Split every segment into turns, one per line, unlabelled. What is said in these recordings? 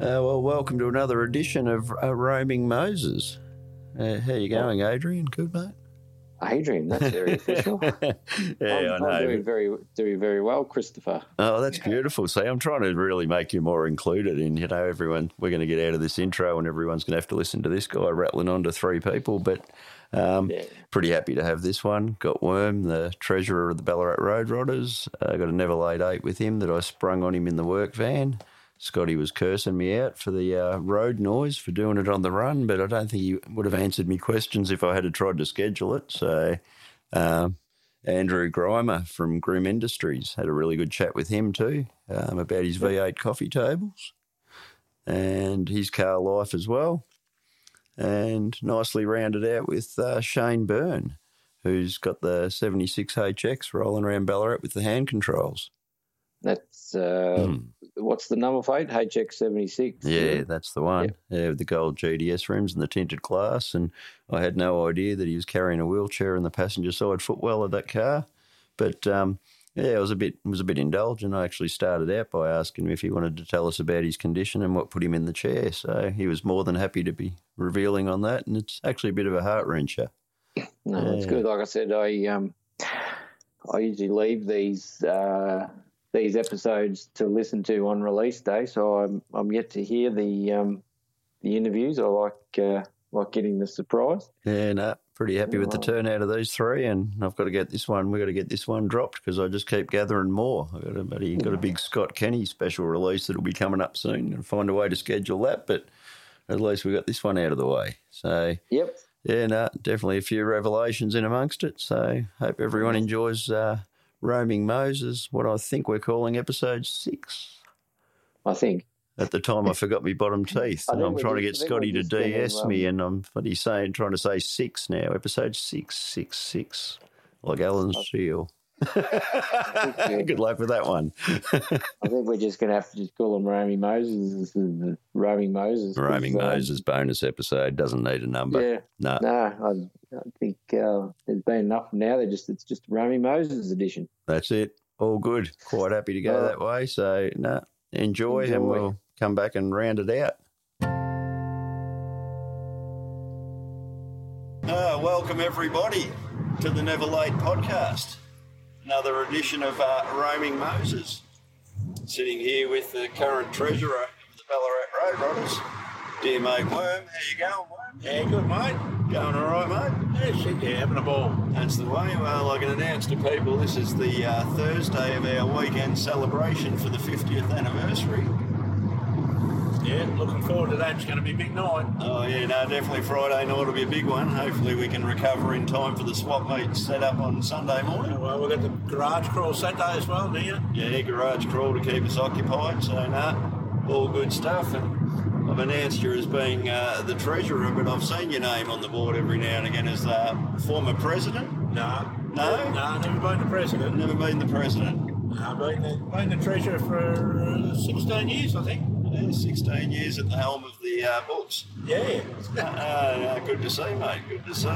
Uh, well, welcome to another edition of uh, Roaming Moses. Uh, how you going, Adrian? Good, mate.
Adrian, that's Oh. very official.
yeah,
I'm,
I
I'm
know.
doing very, doing very well, Christopher.
Oh, that's beautiful. See, I'm trying to really make you more included in, you know, everyone. We're going to get out of this intro and everyone's going to have to listen to this guy rattling on to three people. But um,
Yeah.
pretty happy to have this one. Got Worm, the treasurer of the Ballarat Road Rodders. I got a never late eight with him that I sprung on him in the work van. Scotty was cursing me out for the uh, road noise for doing it on the run, but I don't think he would have answered me questions if I had tried to schedule it. So, um, Andrew Grimer from Groom Industries had a really good chat with him too um, about his V8 coffee tables and his car life as well. And nicely rounded out with uh, Shane Byrne, who's got the 76 HX rolling around Ballarat with the hand controls.
That's uh,
Hmm.
what's the number plate? HX76.
Yeah, that's the one. Yeah, with the gold GDS rims and the tinted glass. And I had no idea that he was carrying a wheelchair in the passenger side footwell of that car. But um, yeah, I was a bit was a bit indulgent. I actually started out by asking him if he wanted to tell us about his condition and what put him in the chair. So he was more than happy to be revealing on that. And it's actually a bit of a heart wrencher.
No, that's
Yeah.
good. Like I said, I um, I usually leave these uh, these episodes to listen to on release day, so I'm I'm yet to hear the um, the interviews. I like uh, like getting the surprise.
Yeah, no, pretty happy with the
Right.
turnout of these three, and I've got to get this one. We've got to get this one dropped because I just keep gathering more. I've got a, buddy, got a big Scott Kenny special release that'll be coming up soon, and find a way to schedule that. But at least we got this one out of the way. So
Yep.
yeah, no, definitely a few revelations in amongst it. So hope everyone enjoys uh, roaming Moses, what I think we're calling episode six.
I think.
At the time, I forgot my bottom teeth,
I
and
think
I'm
we're
trying to get
just- I think we're
Scotty to
just gonna,
DS me,
um,
and I'm what he's saying, trying to say six now, episode six, six, six, like Alan Seal.
we're-
Good luck with that one.
I think we're just going to have to just call them Roaming Moses. Roaming Moses. 'cause,
Roaming
um,
Moses bonus episode doesn't need a number.
Yeah.
No,
No, I, I think uh, there's been enough now. They're just it's just Romy Moses edition.
that's it. All good. Quite happy to go
Uh,
that way. So no, enjoy, and
enjoy.
we'll come back and round it out. Uh, welcome everybody to the Never Late podcast. Another edition of uh, Roaming Moses. Sitting here with the current treasurer of the Ballarat Road Rodders, dear mate Worm. How you going, Worm?
Yeah, good, mate.
Going all right, mate?
Yeah, shit, yeah, having a ball.
That's the way. Well, I can announce to people this is the uh, Thursday of our weekend celebration for the 50th anniversary.
Yeah, looking forward to that. It's going to be a big night.
Oh, yeah, no, definitely Friday night will be a big one. Hopefully, we can recover in time for the swap meet set up on Sunday morning.
Yeah, well, we've got the garage crawl Saturday as well, do you?
Yeah, garage crawl to keep us occupied, so no, all good stuff. And I've announced you as being uh, the treasurer, but I've seen your name on the board every now and again as uh, former president.
No.
No?
No, never been the president.
Never been the president.
No, been the, been the treasurer for uh, 16 years, I think.
Yeah, 16 Uh, years at the helm of the uh, books.
Yeah.
Uh, good to see, mate. Good to see.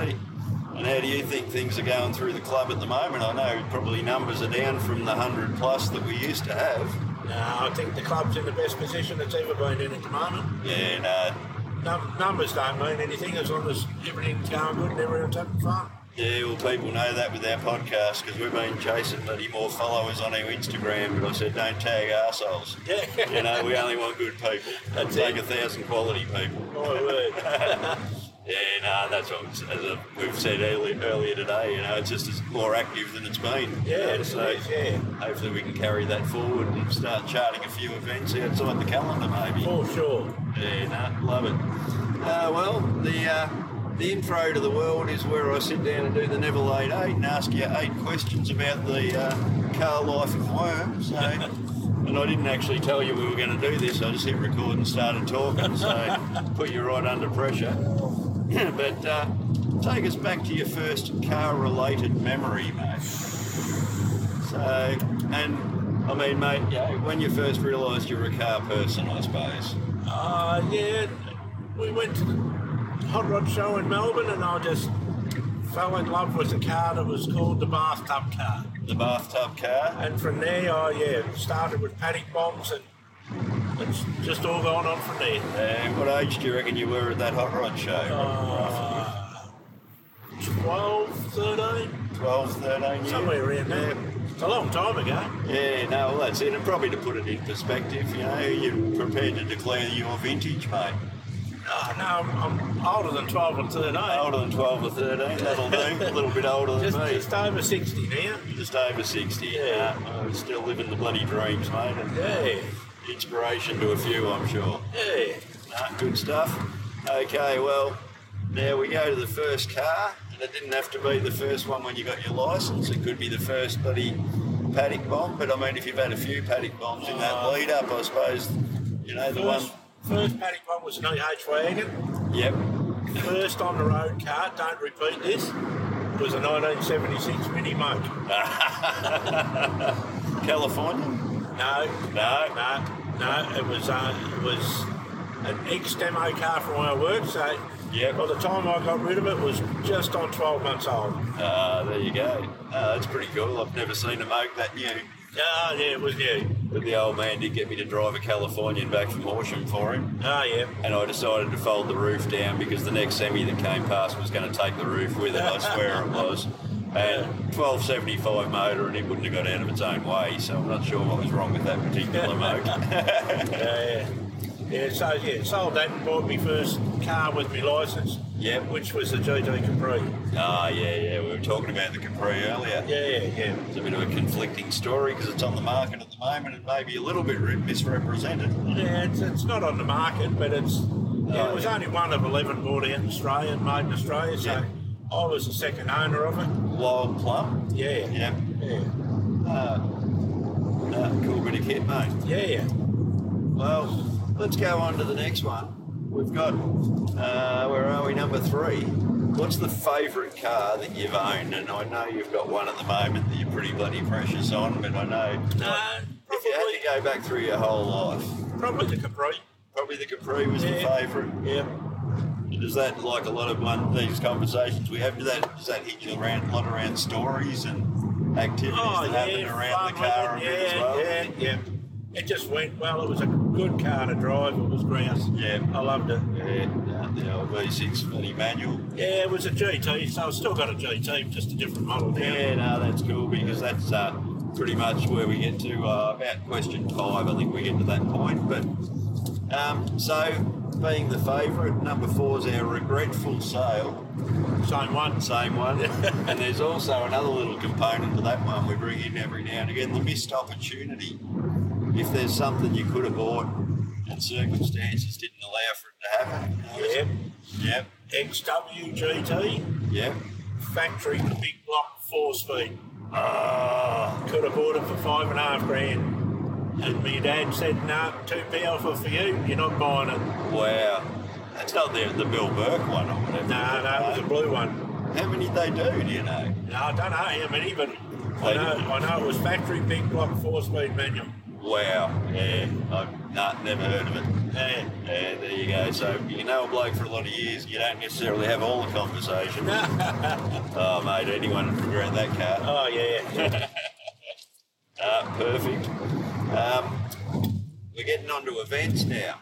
And how do you think things are going through the club at the moment? I know probably numbers are down from the 100 plus that we used to have.
No, I think the club's in the best position it's ever been in at the moment.
Yeah, no,
Num- numbers don't mean anything as long as everything's going good and everyone's having fun.
yeah, well, people know that with our podcast because we've been chasing bloody more followers on our Instagram. But I said, don't tag arseholes.
Yeah.
You know, we only want good people.
That's
Take
it. Oh,
a thousand quality people.
My word.
Yeah, no, that's what as I- we've said earlier, earlier today. You know, it's just it's more active than it's been.
Yeah,
You know,
it is, yeah.
hopefully we can carry that forward and start charting a few events outside the calendar, maybe.
For sure.
Yeah, no, love it. Uh, well, the uh, the intro to the world is where I sit down and do the Never Late Eight and ask you eight questions about the uh, car life of Worm. So, and I didn't actually tell you we were going to do this. I just hit record and started talking. So, put you right under pressure. but uh, take us back to your first car-related memory, mate. So, and I mean, mate, yeah, when you first realised you were a car person, I suppose.
Uh, yeah, we went to the hot rod show in Melbourne, and I just fell in love with a car that was called the bathtub car.
the bathtub car.
And from there, I yeah started with paddock bombs and it's just all going on from there.
And Uh, what age do you reckon you were at that hot rod show?
Uh, 12, 13,
12, 13 years?
somewhere around there. It's a long time ago.
Yeah, no, well, that's it. And probably to put it in perspective, you know, you're prepared to declare your vintage, mate.
Oh, no, I'm, I'm older than 12 and 13.
Older than 12 or 13, that'll do. A little bit older than
just,
me.
just over 60 now.
Just over 60.
Yeah.
Uh, I'm still living the bloody dreams, mate. And
Yeah,
Inspiration to a few, I'm sure.
yeah.
Uh, good stuff. Okay, well, now we go to the first car, and it didn't have to be the first one when you got your license. It could be the first bloody paddock bomb, but I mean, if you've had a few paddock bombs in that lead up, I suppose, you know, the
First,
one.
first paddock one was an EH wagon.
Yep.
First on the road car, don't repeat this, was a 1976 Mini Moke.
California?
No,
No.
no, no. It was uh, it was an ex demo car from where I worked. So
Yeah.
by the time I got rid of it, it was just on 12 months old.
Ah, there you go. Ah, that's pretty cool. I've never seen a moke that new.
Ah, yeah, it was new.
But the old man did get me to drive a Californian back from Horsham for him,
Oh yeah.
and I decided to fold the roof down because the next semi that came past was going to take the roof with it. I swear it was. And 1275 motor, and it wouldn't have got out of its own way. So I'm not sure what was wrong with that particular moke.
Yeah, yeah. So yeah, sold that and bought my first car with my license.
Yep.
Which was the GT Capri.
ah, yeah, yeah. We were talking about the Capri earlier.
Yeah, yeah, yeah.
It's a bit of a conflicting story because it's on the market at the moment and maybe a little bit re- misrepresented.
Yeah, it's, it's not on the market, but it's yeah, it was
Oh, yeah.
only one of eleven bought out in Australia and made in Australia. So
Yeah.
I was the second owner of it.
Low plum.
Yeah,
Yeah.
yeah,
Uh, uh, cool bit of kit, mate.
yeah. yeah.
Well, let's go on to the next one. We've got, uh, where are we? Number three. What's the favourite car that you've owned? And I know you've got one at the moment that you're pretty bloody precious on, but I know
Uh, No,
if you
probably,
had to go back through your whole life,
probably the Capri.
probably the Capri was the
Yeah.
favourite.
Yeah.
Does that like a lot of one these conversations we have? Does that does that hinge around a lot around stories and activities
Oh
that happen
yeah,
around the
fun with
car a
it.
bit as
yeah,
well?
yeah, yeah. It just went well. It was a good car to drive. It was grouse.
Yeah.
I loved it.
Yeah, no, the old V6 bloody manual.
Yeah, it was a GT, so I've still got a GT, just a different model now.
Yeah, no, that's cool because that's uh, pretty much where we get to uh, about question five. I think we get to that point. But um, so, being the favourite, number four is our regretful sale.
Same one.
Same one. and there's also another little component to that one we bring in every now and again the missed opportunity. If there's something you could have bought and circumstances didn't allow for it to happen.
Yep.
Yep.
XW GT,
Yep.
factory big block four speed.
Ah.
Could have bought it for five and a half grand. And my dad said, no, too powerful for you, you're not buying it.
Wow. That's not the, the Bill Burke one or whatever.
No, no, it was a blue one.
How many they do, do you know?
No, I don't know how many, but I
They
know,
didn't.
I know it was factory big block four speed manual.
Wow. Yeah. I've not, never heard of it.
Yeah.
Yeah, there you go. So you know a bloke for a lot of years, you don't necessarily have all the conversation. oh, mate, anyone would regret that car.
Oh, yeah.
Uh, perfect. Um, we're getting on to events now.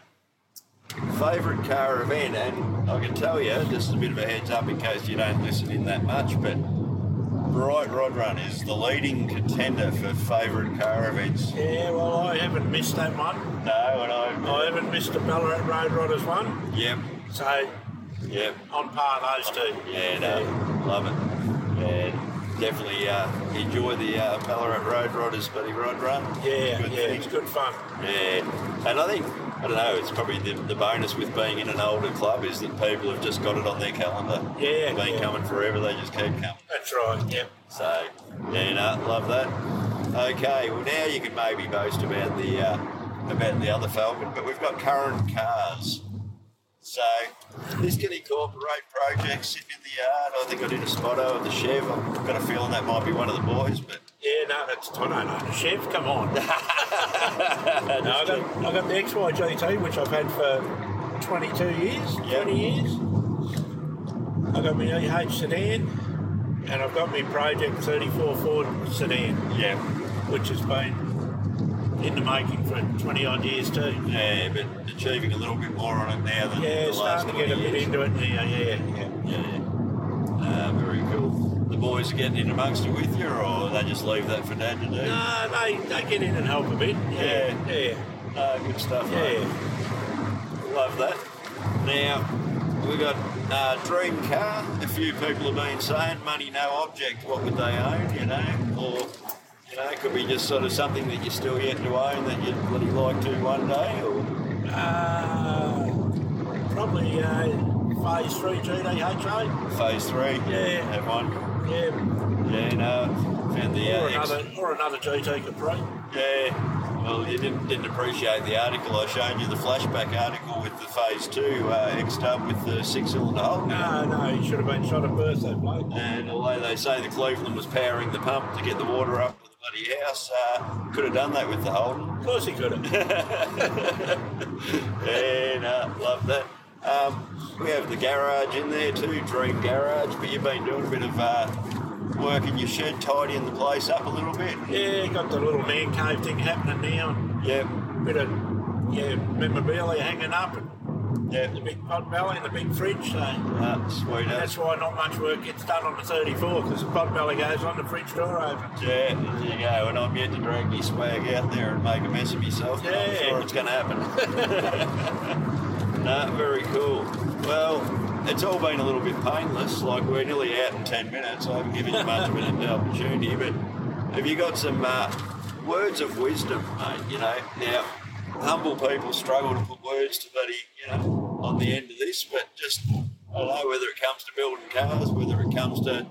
Favourite car event, and I can tell you, just a bit of a heads up in case you don't listen in that much, but Bright Rod Run is the leading contender for favourite car events.
yeah, well, I haven't missed that one.
No, and I.
I haven't missed the Ballarat Road Rodders one.
Yep,
So,
yep.
on par those two.
Yeah, no, uh, love it. And definitely uh, enjoy the uh, Ballarat Road Rodders Buddy Rod Run.
Yeah,
Good
yeah,
thing.
it's good fun.
Yeah, and I think I don't know. It's probably the, the bonus with being in an older club is that people have just got it on their calendar.
Yeah,
They've been
yeah.
coming forever. They just keep coming.
That's right. Yep.
So yeah, no, love that. Okay, well now you can maybe boast about the uh, about the other Falcon, but we've got current cars. So this can incorporate projects sitting in the yard. I think I did a spotto of the Chev. I've got a feeling that might be one of the boys, but
Yeah, no, that's I don't know. Chef, come on. no, I got, I got the XYGT, which I've had for 22 years,
Yeah.
20 years. I got my EH sedan, and I've got my Project 34 Ford sedan,
yeah,
which has been in the making for 20 odd years too.
Yeah, but achieving a little bit more on it now than
Yeah,
the last
starting to get a
20
bit
years.
into it now. Yeah, yeah.
Yeah, uh, very cool. The boys are getting in amongst it with you, or they just leave that for Dad to do?
No, they, they get in and help a bit. Yeah, yeah,
No, good stuff. mate.
yeah.
Love that. Now, we got uh, dream car. A few people have been saying money no object. What would they own, you know? Or, you know, it could be just sort of something that you're still yet to own that you'd bloody like to one day, or
Uh, probably uh, phase three GDHA.
phase three.
Yeah.
Have one.
Yeah,
Yeah, no. Found the uh,
or
X-
another or another GT Capri.
Yeah. Well, you didn't, didn't appreciate the article I showed you, the flashback article with the phase two uh, X dub with the six cylinder hole.
No, no, he should have been shot at birth, that bloke.
And although they say the Cleveland was powering the pump to get the water up to the bloody house, uh, could have done that with the Holden.
Of course he could have.
and uh, love that. Um, we have the garage in there too, Dream Garage. But you've been doing a bit of uh, work in your shed, tidying the place up a little bit.
Yeah, got the little man cave thing happening now.
Yep,
Bit of yeah, memorabilia hanging up and
yep.
the big pot belly and the big fridge. So
Uh, sweet
that's
as.
why not much work gets done on the 34 because the pot belly goes on the fridge door opens.
Yeah, there you go. And I'm yet to drag my swag out there and make a mess of myself. But I'm
Yeah.
sure it's going to happen. no, very cool. Well, it's all been a little bit painless. Like we're nearly out in ten minutes. I haven't given you much of an opportunity, but have you got some uh, words of wisdom, mate? You know, now humble people struggle to put words to bloody, you know, on the end of this, but just I don't know whether it comes to building cars, whether it comes to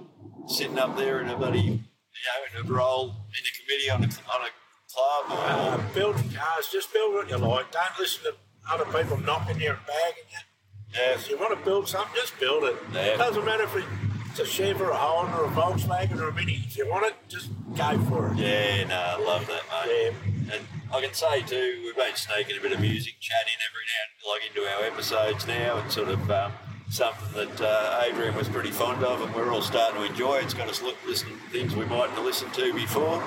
sitting up there in a bloody, you know, in a role in a committee on a on a club or.
Uh, build your cars, just build what you like. Don't listen to other people knocking you and bagging you.
Yeah.
If you want to build something, just build it.
Yeah.
It doesn't matter if it's a Chevy or a Holden or a Volkswagen or a Mini. If you want it, just go for it.
Yeah, no, I love that, mate. And I can say too, we've been sneaking a bit of music chat in every now and like into our episodes now, and sort of um, something that uh, Adrian was pretty fond of, and we're all starting to enjoy. It's got us look listening to things we mightn't have listened to before.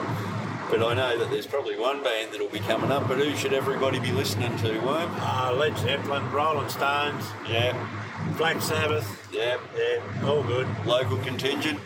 But I know that there's probably one band that'll be coming up. But who should everybody be listening to? Worm.
Uh, Led Zeppelin, Rolling Stones,
Yeah,
Black Sabbath.
yeah.
Yeah, all good.
Local contingent.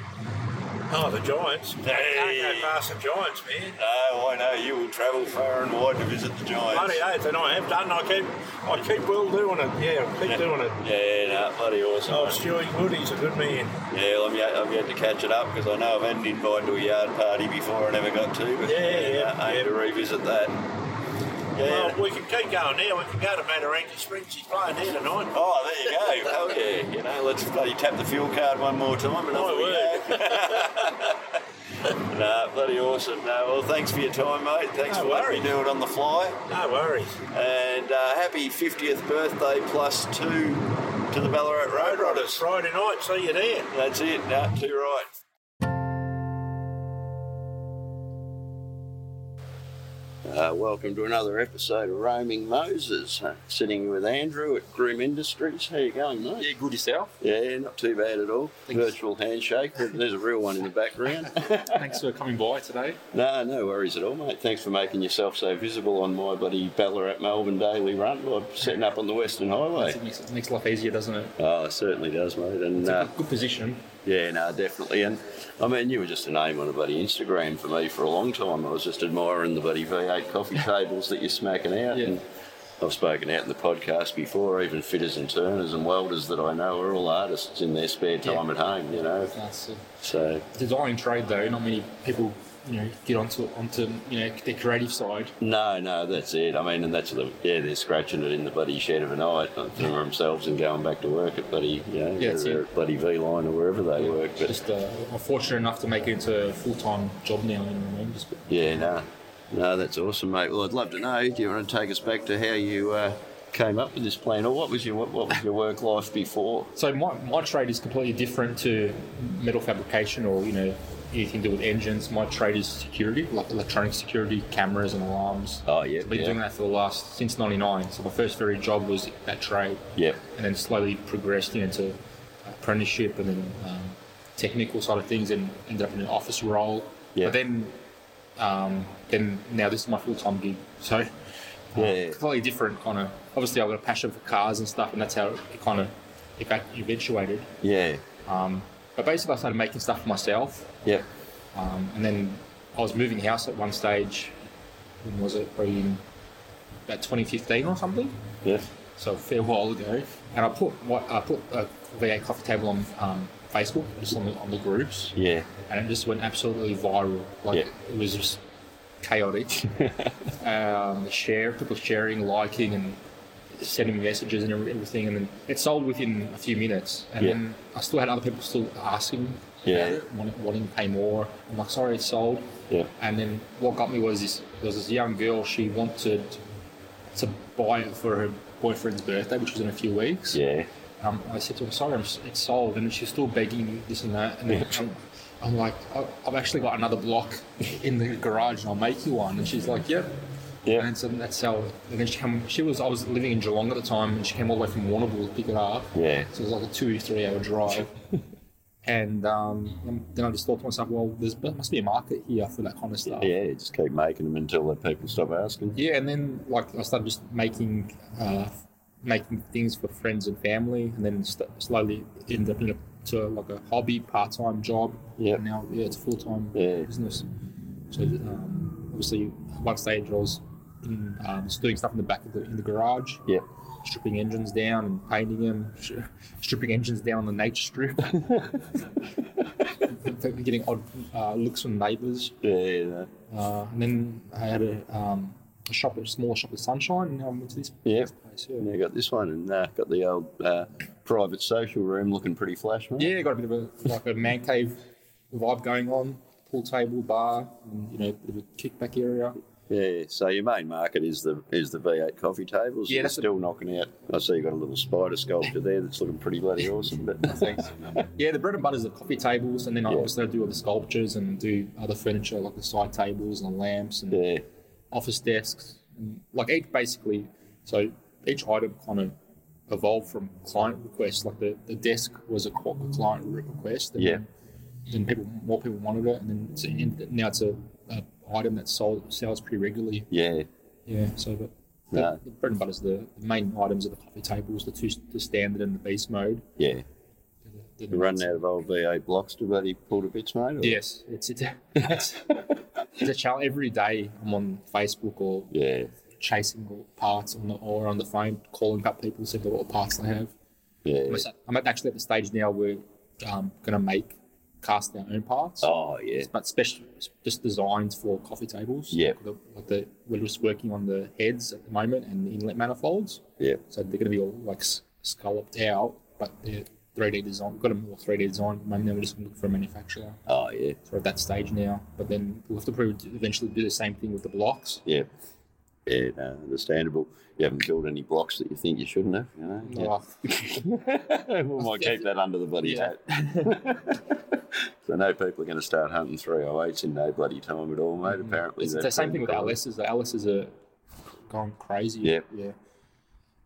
Oh, the Giants. Hey.
Hey.
Can't go past the Giants, man.
No, I know you will travel far and wide to visit the Giants.
Bloody oath, and I have done. I keep, I keep well doing it. Yeah, I keep doing it.
Yeah, no, bloody awesome.
Oh,
mate.
Stewie Woody's a good man.
Yeah, I'm yet, I'm yet to catch it up because I know I've had an invite to a yard party before I never got to. But
Yeah,
uh,
yeah,
I aim to revisit that. Yeah.
Well, we can keep going now. We can go to Mataranka Springs. He's playing there tonight.
oh, there you go. Hell yeah. You know, let's bloody tap the fuel card one more time and off
My
we go. no, bloody awesome. No, well, thanks for your time, mate. Thanks
No
for letting me do it on the fly.
No worries.
And uh, happy 50th birthday plus two to the Ballarat Road Rodders.
It's Friday night. See you there.
That's it. No, too right. Uh, welcome to another episode of Roaming Moses. Uh, sitting with Andrew at Grim Industries. How you going, mate?
Yeah, good yourself.
Yeah, not too bad at all.
Thanks.
Virtual handshake. but There's a real one in the background.
Thanks for coming by today.
no, no worries at all, mate. Thanks for making yourself so visible on my bloody Ballarat Melbourne daily run by setting up on the Western Highway.
It makes, it makes life easier, doesn't it?
Oh, it certainly does, mate. And uh,
Good position.
Yeah, no, definitely. And I mean, you were just a name on a buddy Instagram for me for a long time. I was just admiring the buddy V8 coffee tables that you're smacking out.
Yeah.
And I've spoken out in the podcast before, even fitters and turners and welders that I know are all artists in their spare time at home, you know.
That's a
So,
design trade, though. Not many people, you know, get onto onto you know their creative side.
no, no, that's it. I mean, and that's the, yeah, they're scratching it in the buddy shed of a night uh, for themselves and going back to work at buddy, you know,
Yeah, that's
they're
it.
at buddy V line or wherever they work. But
Just uh, I'm fortunate enough to make it into a full time job now. You know what I mean? Just,
Yeah, no, no, that's awesome, mate. Well, I'd love to know. Do you want to take us back to how you uh, came up with this plan, or what was your what, what was your work life before?
so my, my trade is completely different to metal fabrication or you know anything to do with engines. My trade is security, like electronic security, cameras and alarms.
Oh, yeah,
Been
yeah.
doing that for the last since '99. So my first very job was that trade.
Yep.
and then slowly progressed you know, to apprenticeship and then um, technical side of things and ended up in an office role.
Yeah.
But then Um, then now this is my full time gig, so
Yeah.
completely different kind of. Obviously, I've got a passion for cars and stuff, and that's how it kind of eventuated.
Yeah.
Um, but basically, I started making stuff for myself,
Yep.
um, and then I was moving house at one stage. When was it? Probably in about 2015 or something.
Yes.
So a fair while ago. And I put what I put a V8 coffee table on um, Facebook, just on the, on the groups,
Yeah.
and it just went absolutely viral. Like
Yeah.
it was just chaotic. um, share people sharing, liking, and sending me messages and every- everything. And then it sold within a few minutes. And
Yeah.
then I still had other people still asking,
Yeah.
about it, wanting, wanting to pay more. I'm like, sorry, it's sold.
Yeah.
And then what got me was this there was this young girl, she wanted to buy it for her boyfriend's birthday, which was in a few weeks.
Yeah.
Um, I said to her, sorry, I'm, s- it's sold. And she's still begging me this and that. And then I'm, I'm like, "I- I've actually got another block in the garage and I'll make you one. And she's like, yep.
Yeah.
And so that's how, and then she came, she was, I was living in Geelong at the time and she came all the way from Warrnambool to pick it up.
Yeah.
So it was like a two, three hour drive. and um, then I just thought to myself, well, there's, there must be a market here for that kind of stuff.
Yeah. Just keep making them until the people stop asking.
Yeah, and then like I started just making uh, making things for friends and family, and then st- slowly ended up in a, to like a hobby, part time job.
Yep.
And now yeah, it's a full time
Yeah.
business. So um, obviously, at one stage I was in, um, just doing stuff in the back of the in the garage.
Yep.
Stripping engines down and painting them, sh- stripping engines down on the nature strip, getting odd uh, looks from neighbours.
Yeah. Yeah.
Uh, and then I had a, um, a shop, a small shop at Sunshine, and now I'm into this
Yeah.
place. Yeah.
And you got this one, and uh, got the old uh, private social room looking pretty flash, mate.
yeah, got a bit of a like a man cave vibe going on, pool table, bar, and you know, a bit of a kickback area.
Yeah, so your main market is the is the V8 coffee tables.
Yeah,
Yeah,
that's
that's
the-
still knocking out. I see you got a little spider sculpture there that's looking pretty bloody awesome. But
Thanks. yeah, the bread and butter is the coffee tables, and then I
Yeah.
also do all the sculptures and do other furniture like the side tables and lamps and
yeah,
office desks, and like each basically. So each item kind of evolved from client requests. Like the, the desk was a qu- a client re- request. And
Yeah.
Then, then people, more people wanted it, and then it's, and now it's a, a item that sold sells pretty regularly.
yeah,
Yeah. So, but the,
Yeah.
the bread and butter is the, the main items are the coffee tables, the two the standard and the beast mode.
yeah.
The, the
You're running out of old V8 blocks to bloody pull to bits, mate. or-
Yes, it's it's, it's, it's a challenge. Every day I'm on Facebook or
Yeah,
chasing all parts on the, or on the phone, calling up people, seeing what parts they have.
yeah.
I'm at- actually at the stage now where um, going to make cast our own parts,
Oh, yeah,
but special just designed for coffee tables.
Yeah.
Like the, like the, we're just working on the heads at the moment and the inlet manifolds,
yeah,
so they're going to be all like s- scalloped out, but they're 3D design. We've got a more 3D design. at the moment, Now we're just looking for a manufacturer.
oh, yeah,
So we're at that stage now, but then we'll have to probably do- eventually do the same thing with the blocks.
yeah, yeah. No, understandable. You haven't built any blocks that you think you shouldn't have, you know. Yeah.
Oh,
we might keep that under the bloody
Yeah.
hat. so no people are going to start hunting 308s in no bloody time at all, mate. Apparently,
Mm, It's
that's
the same
been
thing with
problem.
Alice. Is that Alice is a gone crazy.
Yeah.
yeah.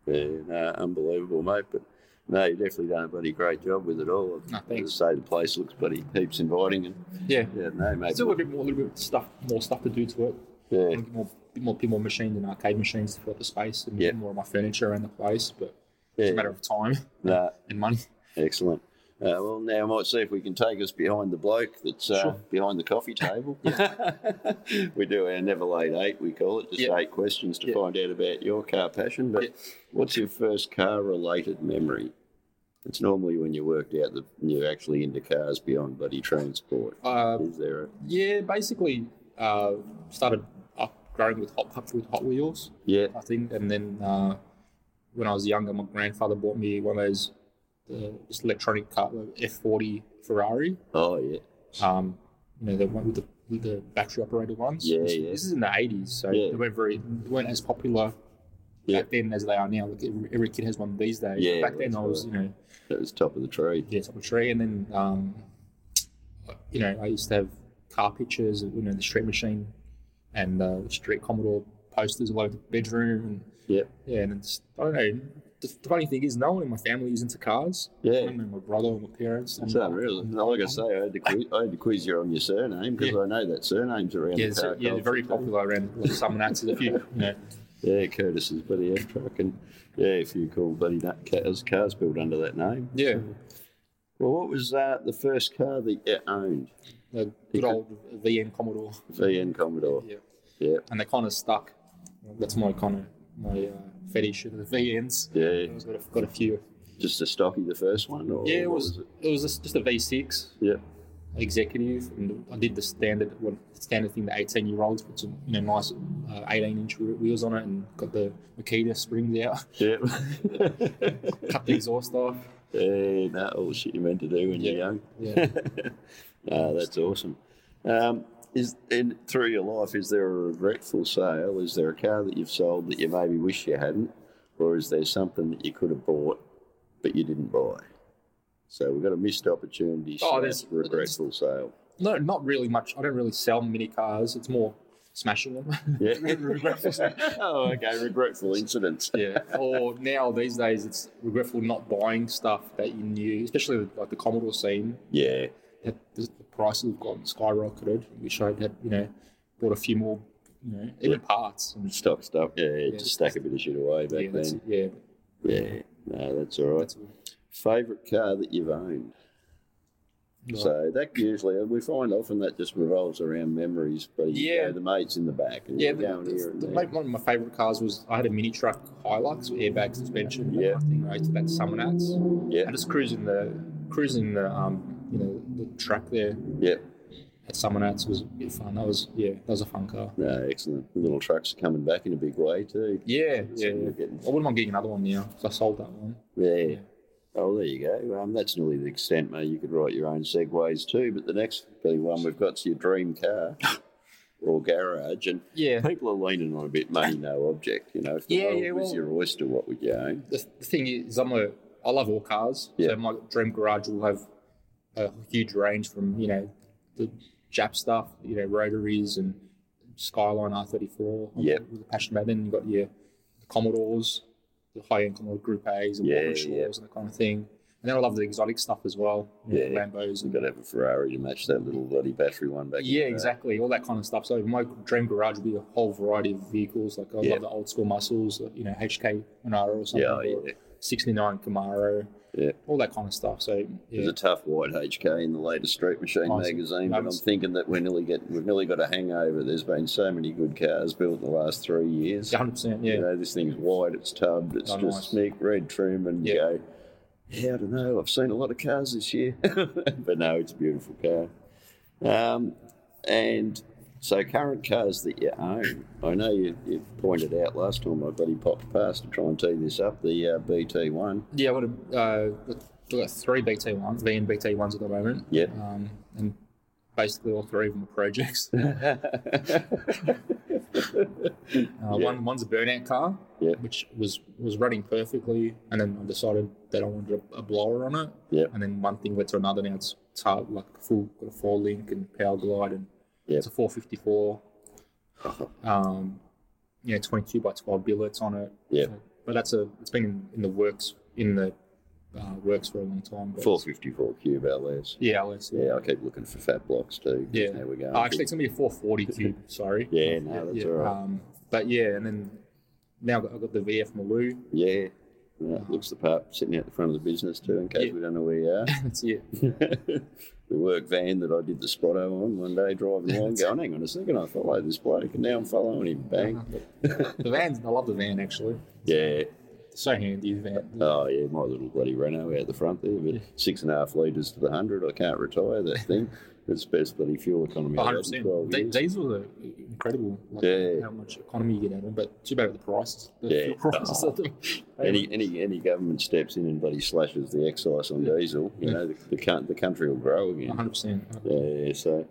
Yeah, no, unbelievable, mate. But no, you definitely done a bloody great job with it all.
No, thanks.
As I say, the place looks bloody heaps inviting, and
Yeah.
yeah, no, mate.
Still a bit more, little bit stuff, more stuff to do to it.
yeah,
A bit more, bit more, bit more machines and arcade machines to fill up the space, and
Yeah.
more of my furniture around the place. But it's
yeah,
a matter of time
no,
and money.
excellent. Uh, well, now I might see if we can take us behind the bloke that's uh,
Sure.
behind the coffee table. we do our never late eight, we call it, just
Yeah.
eight questions to
Yeah.
find out about your car passion. But
Yeah.
what's your first car related memory? It's normally when you worked out that you're actually into cars beyond bloody transport.
Uh,
Is there a
yeah, basically uh, started up growing with hot with Hot Wheels,
yeah?
I think, and then uh, when I was younger, my grandfather bought me one of those uh, just electronic car F40 Ferrari.
Oh yeah,
um, you know, the one with the, with the battery operated ones.
Yeah,
this,
yeah.
this is in the eighties, so
Yeah.
they weren't very they weren't as popular
Yeah.
back then as they are now. Like every, every kid has one these days.
Yeah,
back then
that's
I was,
right.
you know,
that was top of the tree.
yeah, top of the tree, and then um, you know, I used to have car pictures, of, you know, the street machine and uh, street Commodore posters all over the bedroom, and
Yep.
yeah, and it's I don't know. the funny thing is, no one in my family is into cars.
Yeah.
I mean, my brother or my parents.
It's unreal. And Like I say, I had to quiz, I had to quiz you on your surname because
Yeah.
I know that surname's around.
Yeah,
the
it's-
car
yeah, they're
culture
very
too.
popular around like, someone acts a few, you know,
Yeah, Curtis's bloody F truck and yeah, a few cool bloody nut cars, cars built under that name.
yeah,
Well, what was uh, the first car that you owned?
the good old VM Commodore.
VN Commodore.
Yeah.
Yeah,
And they kind of stuck. That's my kind of my uh, fetish of the VNs.
yeah.
I've got a, got a few.
Just a stocky, the first one, or
Yeah, it
what
was it was just just a V6
Yeah,
executive, and I did the standard well, standard thing, the 18 year olds, put some you know nice uh, 18 inch wheels on it, and got the Makita springs out,
yeah.
cut the exhaust off.
yeah, no, all the shit you meant to do when you're
Yeah.
young.
Yeah.
Ah, that's awesome. Um, is in through your life, is there a regretful sale? Is there a car that you've sold that you maybe wish you hadn't, or is there something that you could have bought but you didn't buy? So we've got a missed opportunity.
Oh,
slash
there's-
regretful sale.
No, not really much. I don't really sell mini cars. It's more smashing them.
Yeah.
Regretful
oh, okay. Regretful incidents.
yeah. Or now these days, it's regretful not buying stuff that you knew, especially with, like the Commodore scene.
Yeah.
That the the prices have gone skyrocketed. Wish I had, you know, bought a few more, you know, even parts. And,
Stock stuff. Yeah, Just
just-
stack a bit of shit away back
yeah, that's,
then.
yeah,
Yeah. No, that's all right.
that's
Favorite car that you've owned. So that usually uh, we find often that just revolves around memories, but yeah,
Yeah.
the mates in the back and
Yeah,
you're
the,
going here and
the,
there.
my- one of my favourite cars was I had a mini truck Hilux with airbag suspension.
Yeah.
I think right to that Summonats.
yeah,
And just cruising the cruising the um you know the track there
yeah,
at Summonats was a bit fun. That was yeah, that was a fun car.
no, excellent. The little trucks are coming back in a big way too.
Yeah,
So
yeah.
you're
yeah.
getting-
I wouldn't mind getting another one now 'cause I sold that one.
yeah. Oh, there you go. Um, that's nearly the extent, mate. You could write your own segues too. But the next big one we've got's your dream car or garage, and
Yeah.
people are leaning on a bit money, no object. You know, if the
Yeah,
world
yeah,
was
well-
your oyster, what would you own?
The, the thing is, I'm a I love all cars.
Yeah.
So my dream garage will have a huge range from you know the Jap stuff, you know rotaries and Skyline R34. I'm
Yeah.
Really passionate about. Then you have got your Commodores, the high end Commodore Group A's and
Yeah,
Walker Shores
yeah.
and that kind of thing. And then I love the exotic stuff as well. you know,
Yeah.
Lambos
You've
and
got to have a Ferrari to match that little bloody battery one back. in
Yeah,
the day.
exactly. All that kind of stuff. So my dream garage would be a whole variety of vehicles. Like I
Yeah.
love the old school muscles, you know, HK Monaro or something.
Yeah,
or
yeah.
69 Camaro.
Yeah.
All that kind of stuff. So
There's
yeah.
a tough white HK in the latest Street Machine
Nice.
magazine, but I'm
Nice.
thinking that we're nearly getting, we've nearly got a hangover. There's been so many good cars built in the last three years.
100%. Yeah.
You know, this thing's wide, it's tubbed, it's
Oh,
just
nice.
sneak red trim, and you
Yeah.
go, yeah, I don't know, I've seen a lot of cars this year. but no, it's a beautiful car. Um, and so, current cars that you own, I know you, you pointed out last time my buddy popped past to try and tee this up the uh, BT1.
Yeah, I've got, a, uh, got- got three BT ones, VN BT ones at the moment.
Yeah.
Um, and basically all three of them are projects. uh, one, one's a burnout car,
Yeah.
which was, was running perfectly. And then I decided that I wanted a, a blower on it.
Yeah.
And then one thing led to another. Now it's, it's hard, like full, got a four link and power glide and
Yeah.
it's a 454. um, you know, 22 by 12 billets on it.
Yeah.
So- but that's a, it's been in, in the works, in the uh, works for a long time. but-
454 cube LS.
Yeah, let's see.
Yeah, I keep looking for fat blocks too. 'cause
Yeah.
Now we're going.
Oh, actually, it's going to be a 440 cube, sorry.
yeah, no, that's
yeah.
all right.
Um, but yeah, and then now I've got, I've got the VF Maloo.
yeah. No, it looks the part sitting out the front of the business too, in case
Yeah.
we don't know where you are.
That's it.
the work van that I did the spotto on one day driving along, going, hang on a second, I follow this bloke, and now I'm following him. Bang.
Uh-huh. The van's, I love the van actually.
Yeah.
So handy, the van.
Oh, yeah, my little bloody Renault out the front there, but six and a half litres to the 100. I can't retire that thing. It's best bloody fuel economy. I've had in
100%.
12
They,
years.
these were the incredible, like,
Yeah.
how much economy you get out of them, but too bad with the prices. The
Yeah.
fuel prices of them.
Any, any any government steps in and bloody slashes the excise on diesel, you know, the, the, coun- the country will grow again.
100%.
Yeah, yeah, so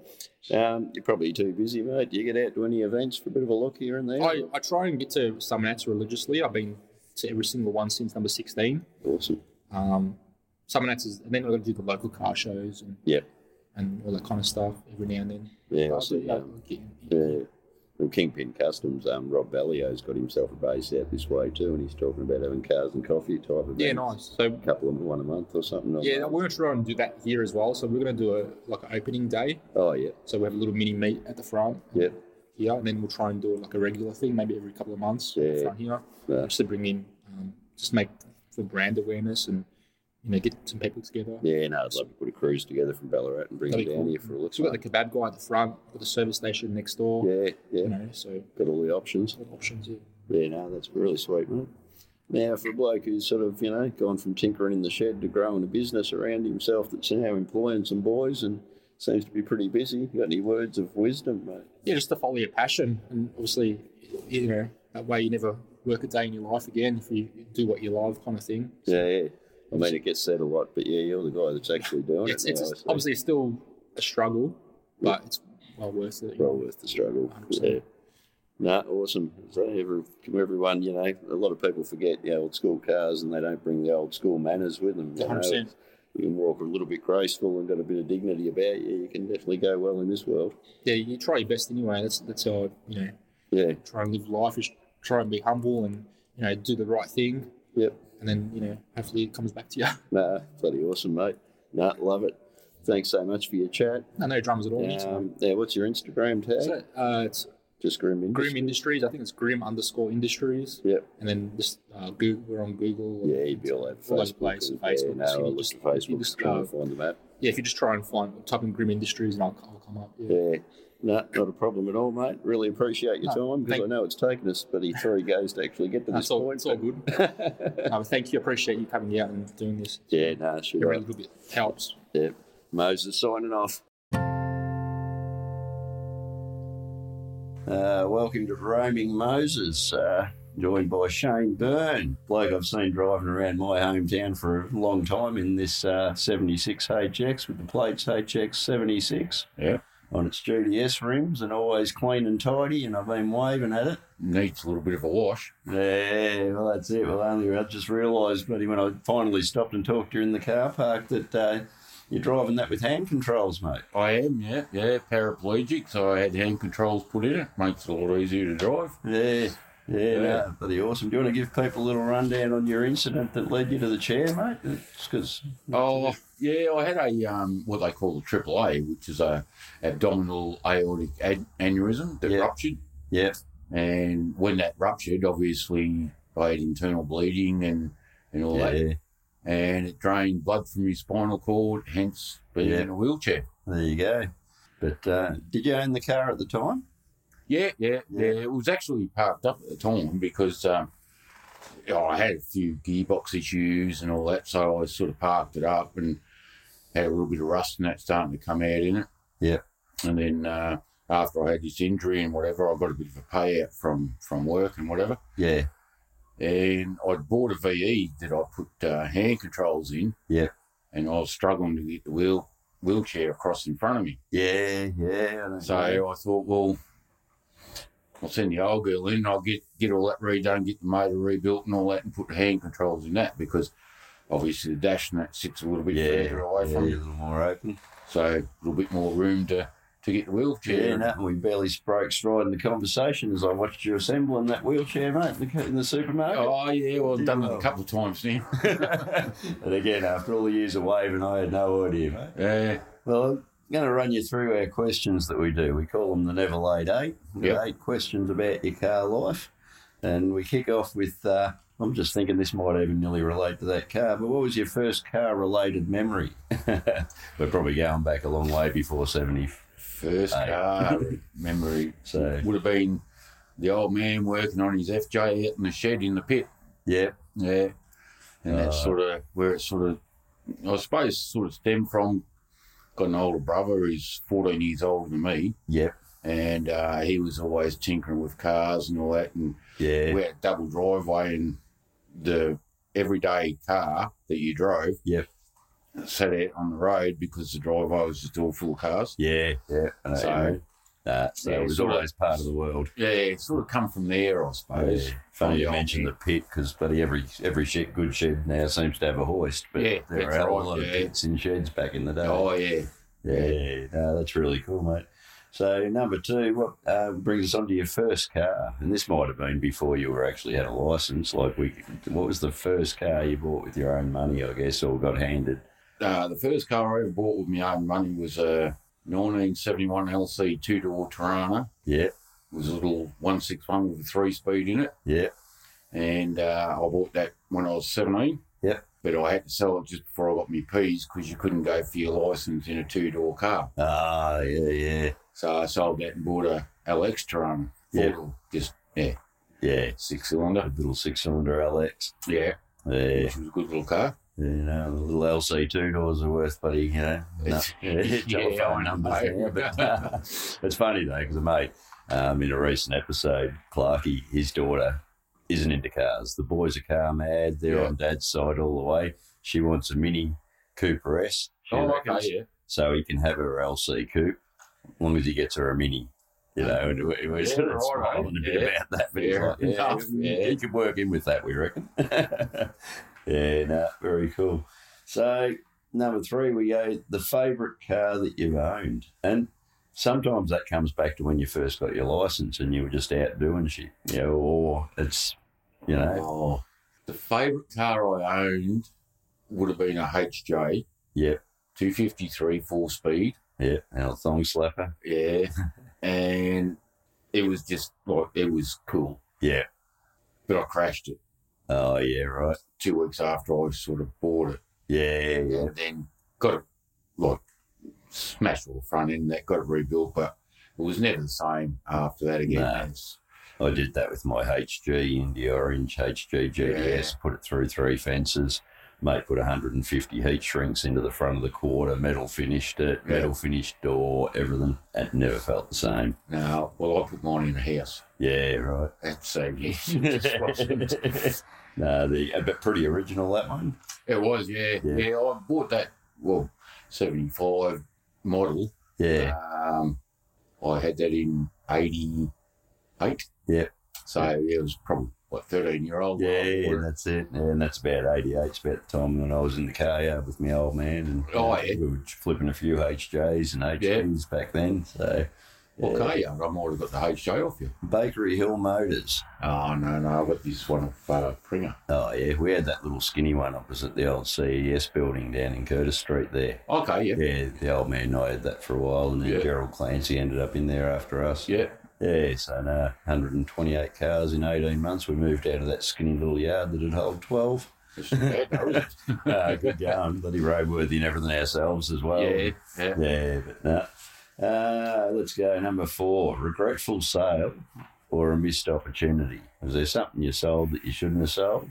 um, you're probably too busy, mate. Do you get out to any events for a bit of a look here and there?
I, I try and get to some acts religiously. I've been to every single one since number 16.
awesome.
Um, some acts is, and then I've got to do the local car shows and,
Yep.
and all that kind of stuff every now and then.
Yeah, I
But I
see.
do- I
um,
get-
yeah. Well, Kingpin Customs, um, Rob Ballio's got himself a base out this way too, and he's talking about having cars and coffee type of
Yeah,
events,
nice. So
a couple of one a month or something.
yeah, we're going to try and do that here as well. So we're going to do a like an opening day.
Oh yeah,
So we have a little mini meet at the front
yeah.
here, and then we'll try and do like a regular thing, maybe every couple of months at the
Yeah.
front here,
Yeah.
just to bring in, um, just make for brand awareness and you know get some people together.
Yeah, no, I'd love to put a cruise together from Ballarat and bring it
That'd be
down
cool.
here for a look.
So we've got the kebab guy at the front, got the service station next door.
yeah, yeah,
You know, so
got all the options.
what options here?
Yeah, no, that's really sweet, mate. Now, for a bloke who's sort of, you know, gone from tinkering in the shed to growing a business around himself that's now employing some boys and seems to be pretty busy, you got any words of wisdom, mate?
Yeah, just to follow your passion, and obviously, you know that way you never work a day in your life again if you do what you love, kind of thing. So
Yeah, yeah. I mean, it gets said a lot, but yeah, you're the guy that's actually doing
it's
it.
it's
now,
just,
so
obviously it's still a struggle, but it's well worth it.
it's well worth the struggle.
100%.
Yeah. No, awesome. So every, everyone, you know, a lot of people forget the old school cars and they don't bring the old school manners with them. you know.
100%.
You can walk a little bit graceful and got a bit of dignity about you. You can definitely go well in this world.
Yeah, you try your best anyway. That's that's how you know
Yeah.
try and live life. Is try and be humble and you know do the right thing,
Yep.
and then you know hopefully it comes back to you.
No, bloody awesome, mate. No, love it. Thanks so much for your chat.
no, no drums at all. It's-
Um, yeah, what's your Instagram tag?
so, uh, it's
Just Grim Industries.
Grim Industries. I think it's Grim underscore Industries.
Yep.
and then just uh, Google, we're on Google.
Yeah, you'd be all over
all those
Facebook.
places,
Yeah,
Facebook.
no,
so you
I look
just-
at
if you
Facebook
just,
to try
uh,
and find the map.
yeah, if you just try and find, type in Grim Industries, and I'll, I'll come up. Yeah.
Yeah, no, not a problem at all, mate. Really appreciate your
No,
time because
thank-
I know it's taken us bloody three goes to actually get to this
That's all.
point.
It's all good. no, but thank you. I Appreciate you coming out and doing this.
yeah, no, sure.
Every little bit helps.
Yeah. Moses signing off.
Uh, welcome to Roaming Moses, uh, joined by Shane Byrne, bloke I've seen driving around my hometown for a long time in this uh, 76 HX with the plates HX 76
Yeah.
on its GDS rims and always clean and tidy, and I've been waving at it.
Needs a little bit of a wash.
Yeah, well, that's it. Well, only I just realised, buddy, when I finally stopped and talked to you in the car park, that uh, you're driving that with hand controls, mate.
I am, yeah, yeah, paraplegic, so I had hand controls put in it. Makes it a lot easier to drive.
Yeah, yeah,
Yeah.
No, bloody awesome. Do you want to give people a little rundown on your incident that led you to the chair, mate? It's 'cause-
Oh, yeah, I had a um, what they call a AAA, which is a abdominal aortic ad- aneurysm that
Yeah.
ruptured.
yeah,
And when that ruptured, obviously, I had internal bleeding and, and all that.
yeah,
And it drained blood from your spinal cord, hence being
Yeah.
in a wheelchair.
there you go. But uh, did you own the car at the time?
Yeah, yeah,
Yeah.
yeah. It was actually parked up at the time because um, you know, I had a few gearbox issues and all that, so I sort of parked it up and had a little bit of rust and that starting to come out in it.
Yeah.
And then uh, after I had this injury and whatever, I got a bit of a payout from from work and whatever.
Yeah,
And I'd bought a VE that I put uh, hand controls in.
Yeah.
And I was struggling to get the wheel wheelchair across in front of me.
yeah, yeah. I don't
So
know.
I thought, well, I'll send the old girl in. I'll get get all that redone, get the motor rebuilt and all that, and put the hand controls in that because obviously the dash and that sits a little bit
yeah,
further away
yeah,
from
you're a
you,
little more open.
so a little bit more room to to get the wheelchair.
Yeah, no, we barely spoke stride in the conversation as I watched you assembling that wheelchair, mate, in the- in the supermarket.
Oh yeah, well I've done it a couple of times now.
and again, after all the years of waving, I had no idea, mate.
Yeah,
Well, I'm going to run you through our questions that we do. We call them the Never Late Eight. We've got Eight questions about your car life. And we kick off with uh, I'm just thinking this might even nearly relate to that car, but what was your first car related memory? We're probably going back a long way before 70.
first
Aye.
car memory
So,
would have been the old man working on his FJ out in the shed in the pit.
yeah,
Yeah. And
Uh,
that's sort of where it sort of, I suppose, sort of stemmed from. Got an older brother who's 14 years older than me.
yeah,
And uh, he was always tinkering with cars and all that. And
yeah,
we had a double driveway, and the everyday car that you drove
Yep.
sat out on the road because the driveway was just all full of cars.
yeah, yeah. I know what you
So-
mean. Nah, so
Yeah,
it was
sort of-
always part of the world.
Yeah, it sort of come from there, I suppose.
Funny
Yeah.
you mentioned the pit because, buddy, every every shed, good shed now seems to have a hoist. But
Yeah,
there were
that's
a
right,
lot of
yeah.
pits and sheds back in the day.
Oh, yeah.
yeah, no, that's really cool, mate. So number two, what uh, brings us on to your first car? And this might have been before you were actually had a license. Like we, what was the first car you bought with your own money? I guess or got handed.
Uh, the first car I ever bought with my own money was a 1971 LC two door Tirana.
Yeah,
It was a little 161 with a three speed in it.
yeah,
and uh, I bought that when I was 17.
Yep.
But I had to sell it just before I got my P's because you couldn't go for your license in a two door car.
ah, yeah, yeah,
So I sold that and bought a LX Tron.
Yep.
Four-door, Just, yeah,
yeah.
six cylinder.
Little six cylinder LX.
Yeah,
Yeah,
which was a good little car.
you know, the little LC two doors are worth, buddy. You know, no-
Yeah, I
telephone numbers
know.
now, but uh, it's funny though because a mate um, in a recent episode, Clarky, his daughter isn't into cars. The boys are car mad. They're
Yeah.
on dad's side all the way. She wants a Mini Cooper S. she
Oh, okay,
reckons,
yeah.
So he can have her LC Coupe as long as he gets her a Mini. You know, and we- we're
Yeah,
sort of
right,
smiling a bit
yeah.
about that, but he's
Fair
like, yeah,
enough, yeah.
he could work in with that, we reckon. yeah, no, very cool. So Number three, we go the favourite car that you've owned. And sometimes that comes back to when you first got your license and you were just out doing shit. You know, or it's, you know,
Oh, the favourite car I owned would have been a HJ.
Yep.
253 four speed.
yeah, and a thong slapper.
Yeah. and it was just like it was cool.
Yeah.
But I crashed it
Oh, yeah, right.
two weeks after I sort of bought it.
Yeah, yeah,
And then got it like smashed all the front end that got it rebuilt, but it was never the same after that again.
No.
That's-
I did that with my HG Indy Orange, HG GDS, put it through three fences. Mate put 150 heat shrinks into the front of the quarter, metal finished it,
Yeah.
metal finished door, everything. It never felt the same.
No, well I put mine in a house.
Yeah, right.
That's so yeah. just lost it.
no, the a bit pretty original that one.
It was, yeah.
Yeah.
Yeah, I bought that well, seventy five model.
Yeah,
Um, I had that in '88.
Yep.
So yeah, it was probably what 13 year old.
yeah, that's it. Yeah, and that's about eighty eight. About the time when I was in the car yard with my old man, and
Oh,
uh,
yeah.
we were flipping a few HJs and HGs back then. So,
Well,
yeah.
car yard, I might have got the HJ off you.
Bakery Hill Motors.
Oh no, no, I got this one of uh, Pringer.
Oh yeah, we had that little skinny one opposite the old CES building down in Curtis Street there.
Okay, yeah,
Yeah, the old man and I had that for a while, and then
Yeah.
Gerald Clancy ended up in there after us.
yeah,
Yeah, so no, 128 cars in 18 months. We moved out of that skinny little yard that had held 12.
It's not bad, though, is it?
Uh, good going, bloody roadworthy and everything ourselves as well.
yeah, yeah.
Yeah, but no. Uh, let's go number four. Regretful sale or a missed opportunity? Is there something you sold that you shouldn't have sold?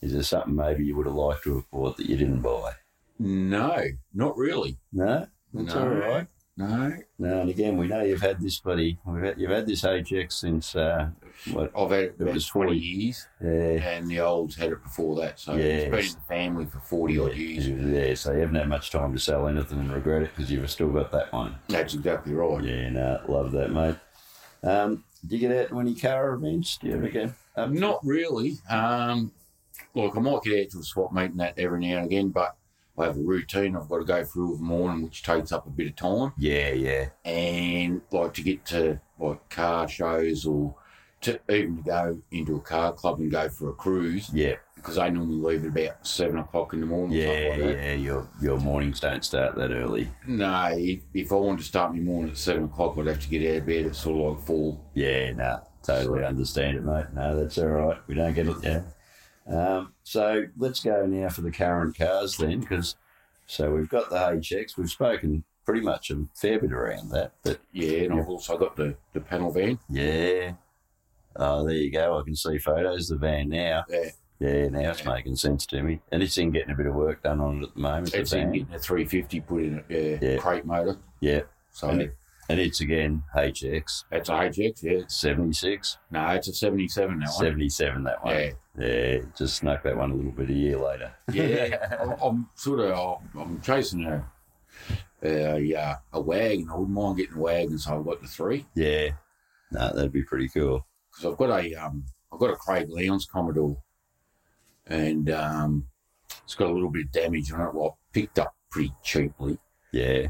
Is there something maybe you would have liked to have bought that you didn't buy?
No, not really.
No, that's
No.
all right.
No,
No, and again, we know you've had this, buddy. We've had, you've had this HX since uh, what?
I've had it
It
about
was
20
40.
years,
Yeah,
and the olds had it before that, so
Yes.
it's been in the family for 40 odd years.
Yeah, so you haven't had much time to sell anything and regret it because you've still got that one.
That's exactly right.
Yeah, no, love that, mate. Um, do you get out to any car events? Do you ever go? up to-
Uh, Not really. Um, look, I might get out to a swap meeting that every now and again, but I have a routine I've got to go through of morning, which takes up a bit of time.
Yeah, yeah,
And like to get to like car shows or to even to go into a car club and go for a cruise
yeah,
because they normally leave at about seven o'clock in the morning. or something
yeah,
like that.
yeah. Your your mornings don't start that early.
No, if, if I wanted to start my morning at seven o'clock, I'd have to get out of bed at sort of like four.
Yeah, no, totally understand it, mate. No, that's all right. We don't get it. Yeah. Um, so let's go now for the current cars then, because so we've got the HX. We've spoken pretty much a fair bit around that, but
Yeah, and I've also got the, the panel van.
yeah. Oh, there you go. I can see photos of the van now.
Yeah.
Yeah, now it's making sense to me, and it's in getting a bit of work done on it at the moment. the
It's in
van.
getting a 350 put in a uh,
Yeah.
crate motor.
Yeah,
So
And it- and it's again HX
that's a HX, yeah.
seventy six.
No, it's a 77 now.
77 that one.
Yeah.
Yeah. just snuck that one a little bit a year later.
Yeah. I'm, I'm sort of, I'm chasing a, a, uh, a wagon. I wouldn't mind getting a wagon, so I've got the three.
Yeah. No, that'd be pretty cool.
Because I've got a, um, I've got a Craig Lowndes Commodore. And um, it's got a little bit of damage on it. Well, I picked up pretty cheaply.
Yeah.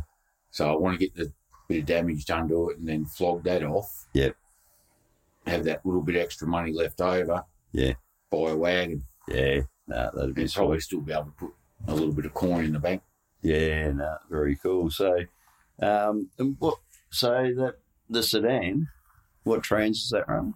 So I want to get the bit of damage done to it and then flog that off.
Yep.
Have that little bit extra money left over.
Yeah.
Buy a wagon
Yeah, no, that'd be
and
sweet.
probably still be able to put a little bit of coin in the bank.
Yeah, no, very cool. So, um, and what? So that the sedan, what trains does that run?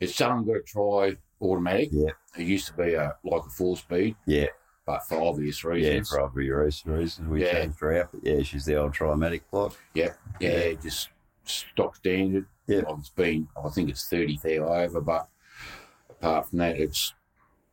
It's something got to try automatic.
Yeah.
It used to be a like a four speed.
Yeah.
But for obvious
Yeah,
reasons.
probably your reason reasons we
Yeah.
changed her out. But yeah, she's the old Trimatic block.
Yeah, just stock standard.
Yeah.
Like it's been, I think it's 30,000 over, but apart from that, it's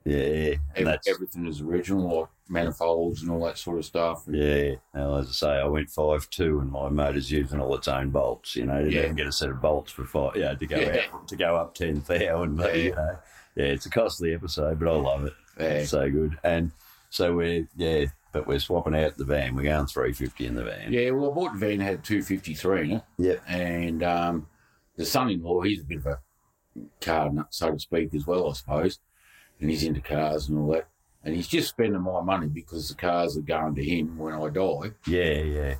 Yeah,
ev-
and that's
everything is original, like manifolds and all that sort of stuff.
yeah. Now, as I say, I went five two, and my motor's using all its own bolts. You know, didn't
Yeah.
even get a set of bolts for five. Yeah, to go
Yeah.
out to go up ten thousand. But
Yeah.
you know, yeah, it's a costly episode, but I love it.
Yeah.
So good. And so we're yeah, but we're swapping out the van. We're going three fifty in the van.
Yeah, well, I bought the van, had 253 in it.
Yep.
And um, the son in law, he's a bit of a car nut, so to speak, as well, I suppose. And he's into cars and all that. And he's just spending my money because the cars are going to him when I die.
Yeah, yeah,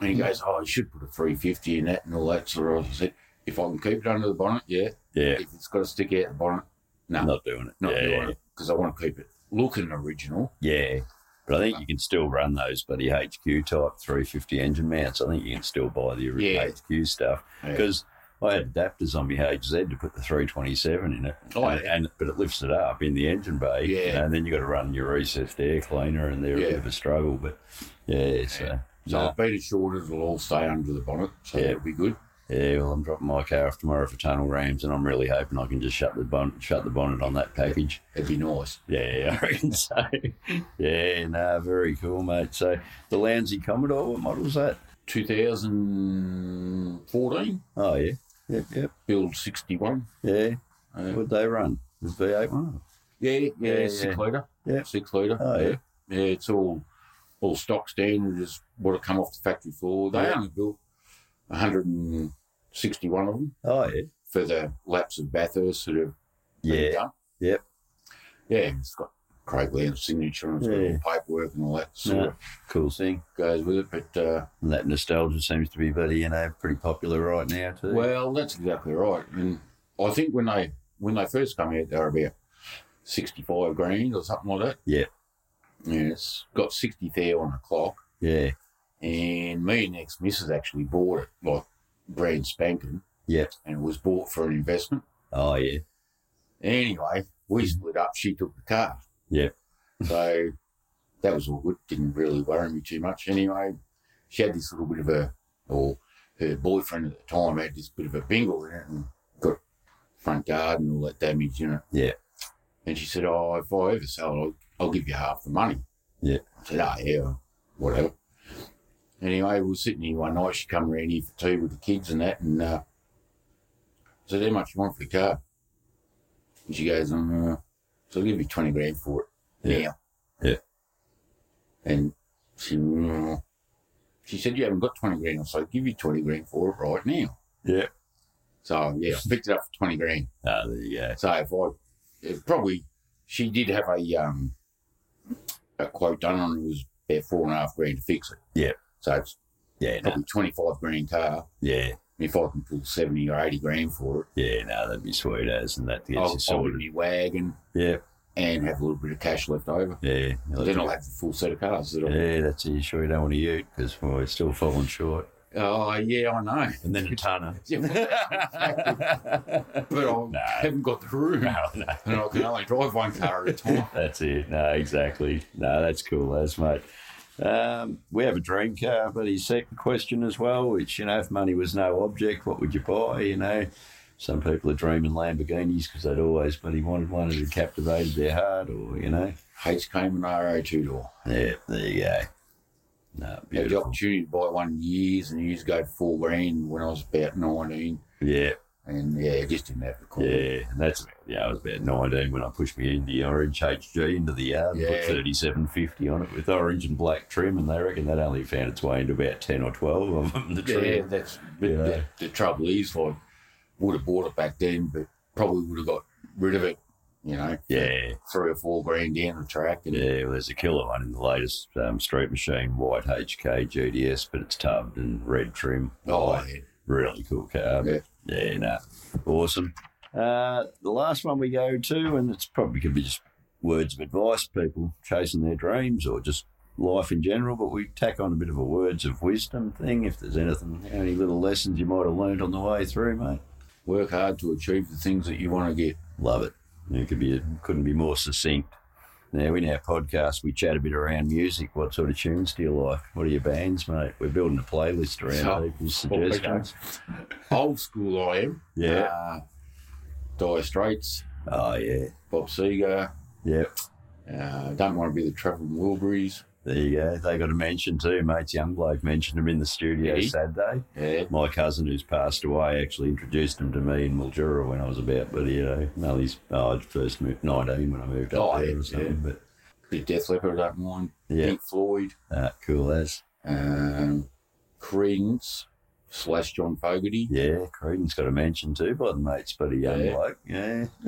And he
Mm-hmm.
goes, Oh, you should put a 350 in that and all that sort of I said, If I can keep it under the bonnet, yeah.
yeah.
If it's got to stick out the bonnet, no,
Not doing it.
not
yeah,
doing it because I want to keep it looking original.
yeah. But I think you can still run those bloody HQ type 350 engine mounts. I think you can still buy the original
Yeah.
HQ stuff
Yeah.
because I had adapters on my HZ to put the 327 in it.
Oh,
and,
yeah.
and- but it lifts it up in the engine bay. you
Yeah.
know, and then you got to run your recessed air cleaner, and they're a
Yeah.
bit of a struggle. But yeah, so
Yeah.
yeah.
So I've been assured it'll all stay under the bonnet, so
Uh-huh. Yeah.
it'll be good.
well, I'm dropping my car off tomorrow for Tunnel Rams, and I'm really hoping I can just shut the bonnet, shut the bonnet on that package.
It'd be nice.
Yeah, I reckon so. yeah, no, very cool, mate. So the Lounsey Commodore, what model's that?
2014,
Oh yeah, yep, yep,
build 61.
yeah.
Uh,
Would they run the V8 one?
yeah, yeah,
Yeah,
six
yeah.
litre.
Yeah.
Six litre.
Oh, yeah.
Yeah, it's all all stock standard is what have come off the factory floor. They
Yeah.
only built 161 of them
Oh yeah,
for the lapse of Bathurst that have been
yeah,
done.
Yep.
Yeah, it's got Craig Lamb's signature and it's got
Yeah.
all the paperwork and all that sort
Yeah.
of
cool thing.
goes with it. But uh,
And that nostalgia seems to be bloody, you know, pretty popular right now too.
well, that's exactly right. And I think when they when they first come out, they were about 65 grand or something like that.
Yeah.
And it's got 60 there on the clock.
yeah,
and me and ex missus actually bought it like brand spanking.
Yep.
And it was bought for an investment.
oh yeah,
Anyway, we split up. She took the car.
Yep.
So that was all good. Didn't really worry me too much. Anyway, she had this little bit of a, or her boyfriend at the time had this bit of a bingle in it and got front guard and all that damage in it.
Yeah.
And she said, "Oh, if I ever sell it, I'll, I'll give you half the money."
Yeah.
I said, "Oh yeah, whatever." Anyway, we were sitting here one night. She come round here for tea with the kids and that, and uh, I said, "How much you want for the car?" And she goes, um, uh, so I'll give you 20 grand for it
Yeah.
now.
Yeah.
And she, uh, she said, you haven't got 20 grand. I said, I'll give you 20 grand for it right now.
Yeah.
So, yeah, I picked it up for 20 grand.
oh, there you go.
So if I, it probably, she did have a, um, a quote done on it. It was about four and a half grand to fix it.
Yeah.
So it's
Yeah, no,
probably 25 grand car.
yeah,
And if I can pull 70 or 80 grand for it,
yeah, no, that'd be sweet as, and that gets
I'll,
you
I'll get a
sorted.
new wagon
Oh, Yeah,
and have a little bit of cash left over.
yeah.
Well, then I'll have the full set of cars. That I'll-
Yeah, that's it. You sure you don't want to ute because we're still falling short.
Oh, yeah, I know.
And then a tonner.
Yeah, but I haven't got the room. And I can only drive one car at a time.
That's it. No, exactly. No, that's cool. That's mate. Um, we have a dream car, but his second question as well, which you know, if money was no object, what would you buy? You know, some people are dreaming Lamborghinis because they'd always, but he wanted one that had captivated their heart, or you know,
H came an RO two door.
yeah, there you go. No,
Had the
beautiful.
opportunity to buy one years and years ago for four grand when I was about nineteen,
Yeah,
and yeah, just didn't have the coin.
yeah, and that's yeah. I was about nineteen when I pushed me in the orange HG into the yard and put
Yeah.
thirty-seven fifty on it with orange and black trim, and they reckon that only found its way into about ten or twelve of them. The trim.
Yeah, that's but
Yeah.
The, the trouble is, I would have bought it back then, but probably would have got rid of it you know,
Yeah.
three or four grand down the track. And
Yeah, well, there's a killer one in the latest um, Street Machine white HK GDS, but it's tubbed and red trim.
oh,
Like,
yeah.
really cool car. But yeah, nah, awesome. Uh, the last one we go to, and it's probably could be just words of advice, people chasing their dreams or just life in general. But we tack on a bit of a words of wisdom thing. If there's anything, any little lessons you might have learned on the way through, mate.
work hard to achieve the things that you want to get.
Love it. It could be couldn't be more succinct. Now in our podcast, we chat a bit around music. What sort of tunes do you like? What are your bands, mate? We're building a playlist around
So-
people's suggestions.
Old school, I am.
Yeah.
Uh, Dire Straits,
Oh yeah.
Bob Seger.
Yep.
Uh, don't want to be the Travelling Wilburys.
There you go. They got a mention too, mates. Young bloke mentioned him in the studio
Yeah.
Saturday.
Yeah.
My cousin, who's passed away, actually introduced him to me in Mildura when I was about, but you know, Mally's oh, I'd first moved nineteen when I moved up
Oh,
there
yeah,
or something.
Bit of Death Leopard, I don't mind.
But yeah,
Pink Floyd,
ah, cool as
um, Credence, slash John Fogerty.
yeah. Creedon's got a mention too by the mates, but a young
Yeah.
bloke. Yeah,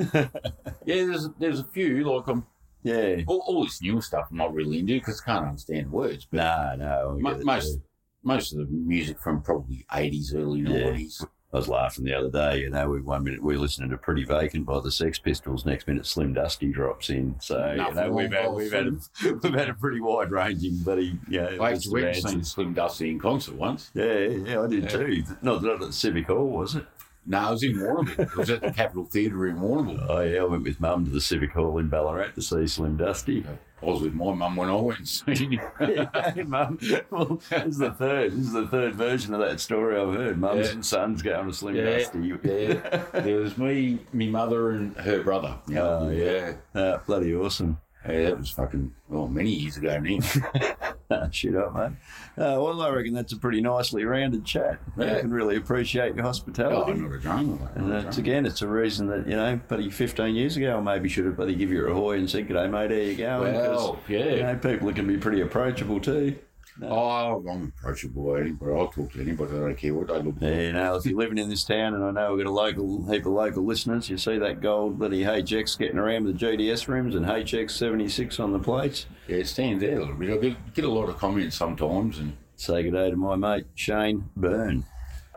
Yeah, there's there's a few. Like, I'm,
yeah.
all, all this new stuff I'm not really into because I can't understand words. But
No, no. I
mo-
get it
most
too.
most of the music from probably 80s, early
Yeah.
90s.
I was laughing the other day. You know, we one minute we're listening to "Pretty Vacant" by the Sex Pistols. Next minute, Slim Dusty drops in. So you
Nothing
know, we've
wrong
had
with
we've had a, we've had a pretty wide ranging, bloody yeah.
I
list
actually
of
went and
bands.
seen Slim Dusty in concert once.
Yeah, yeah, yeah, I did
Yeah.
too. Not, not at the Civic Hall, was it?
No, I was in Warrnambool. it was at the Capitol Theatre in Warrnambool.
Oh, yeah, I went with Mum to the Civic Hall in Ballarat to see Slim Dusty.
I was with my mum when I went and seen him.
Yeah, Mum. Well, this is the third. This is the third version of that story I've heard. Mums
Yeah.
and sons going to Slim
Yeah,
Dusty.
yeah. there was me, me mother, and her brother.
Oh,
yeah.
Ah, bloody awesome.
Hey, that was fucking well many years ago now.
Shit up, mate. Uh, well, I reckon that's a pretty nicely rounded chat.
Yeah.
I can really appreciate your
oh,
hospitality.
I'm not a drama. mate, I'm not
and
a
that's
drama.
again, it's a reason that you know, buddy, 15 years ago, I maybe should have buddy give you a hoy and said, "G'day, mate, how you going?" 'Cause,
Well,
you
yeah.
know, people can be pretty approachable too.
Oh, I'm approachable. Anybody, I'll talk to anybody. I don't care what they look like.
Yeah, you know, if you're living in this town, and I know we've got a local heap of local listeners, you see that gold bloody HX getting around with the GDS rims and HX 76 on the plates.
Yeah, it stands out a little bit. I get, get a lot of comments sometimes, and
Say good day to my mate Shane Byrne.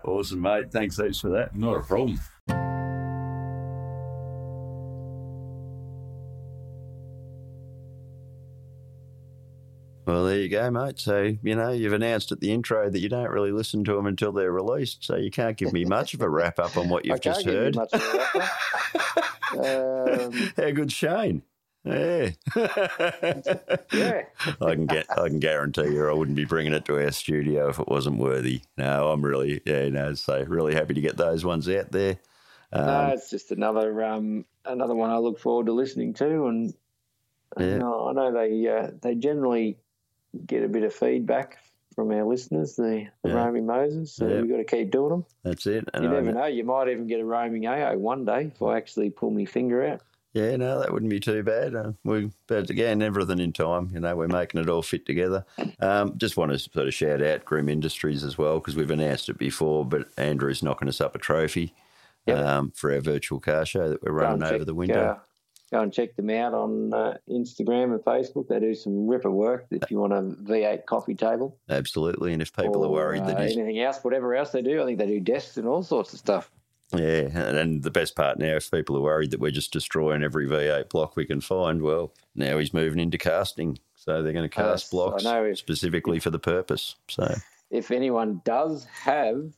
Awesome, mate. Thanks heaps for that.
not a problem.
Well, there you go, mate. So, you know, you've announced at the intro that you don't really listen to them until they're released. So you can't give me much of a wrap up on what
I
you've
can't
just
give you
heard.
much of a wrapper. um,
How good's Shane? Yeah.
yeah.
I can get. I can guarantee you, I wouldn't be bringing it to our studio if it wasn't worthy. No, I'm really, yeah, no. So really happy to get those ones out there. Um,
no, it's just another um, another one I look forward to listening to, and
Yeah.
you know, I know they uh, they generally get a bit of feedback from our listeners, the, the
Yeah.
roaming Moses. So
Yeah.
we've got to keep doing them.
that's it. And
You
I-
never know, you might even get a roaming AO one day if I actually pull my finger out.
Yeah, no, that wouldn't be too bad. Uh, we, but again, everything in time. You know, we're making it all fit together. Um, just want to sort of shout out Grim Industries as well because we've announced it before, but Andrew's knocking us up a trophy
Yep.
um, for our virtual car show that we're
Go and
running over
check,
the window.
uh, go and check them out on uh, Instagram and Facebook. They do some ripper work. If you want a V8 coffee table,
Absolutely. And if people are
or,
worried that
uh,
he's
anything else, whatever else they do, I think they do desks and all sorts of stuff.
Yeah, and, and the best part now, if people are worried that we're just destroying every V8 block we can find, well, now he's moving into casting. So they're going to
Oh,
cast
that's- I
blocks
know, if-
specifically for the purpose. So,
if anyone does have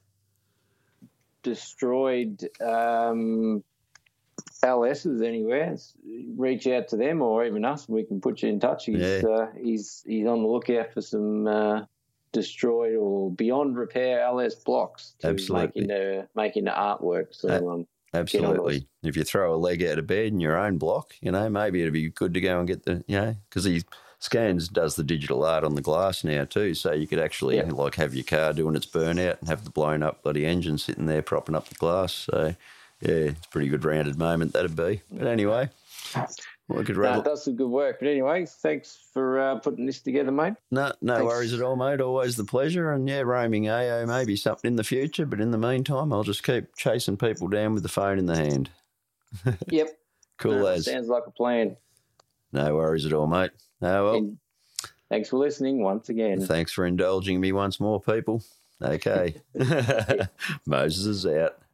destroyed um, LSs anywhere, s- reach out to them or even us. We can put you in touch. He's
Yeah.
uh, he's he's on the lookout for some uh, destroyed or beyond repair LS blocks to
Absolutely.
make into make into artwork. So
Uh,
um,
absolutely. If you throw a leg out of bed in your own block, you know, maybe it'd be good to go and get the, you know, because he scans, does the digital art on the glass now too. So you could actually,
Yeah.
like, have your car doing its burnout and have the blown up bloody engine sitting there propping up the glass. So, yeah, it's a pretty good rounded moment that'd be. But anyway. We could
no,
rattle,
that's some good work. But anyway, thanks for uh, putting this together, mate.
No, no
Thanks.
worries at all, mate. Always the pleasure. And yeah, roaming AO may be something in the future, but in the meantime, I'll just keep chasing people down with the phone in the hand.
Yep.
Cool
No,
as.
Sounds like a plan.
No worries at all, mate. No, well,
And thanks for listening once again.
thanks for indulging me once more, people. Okay. Moses is out.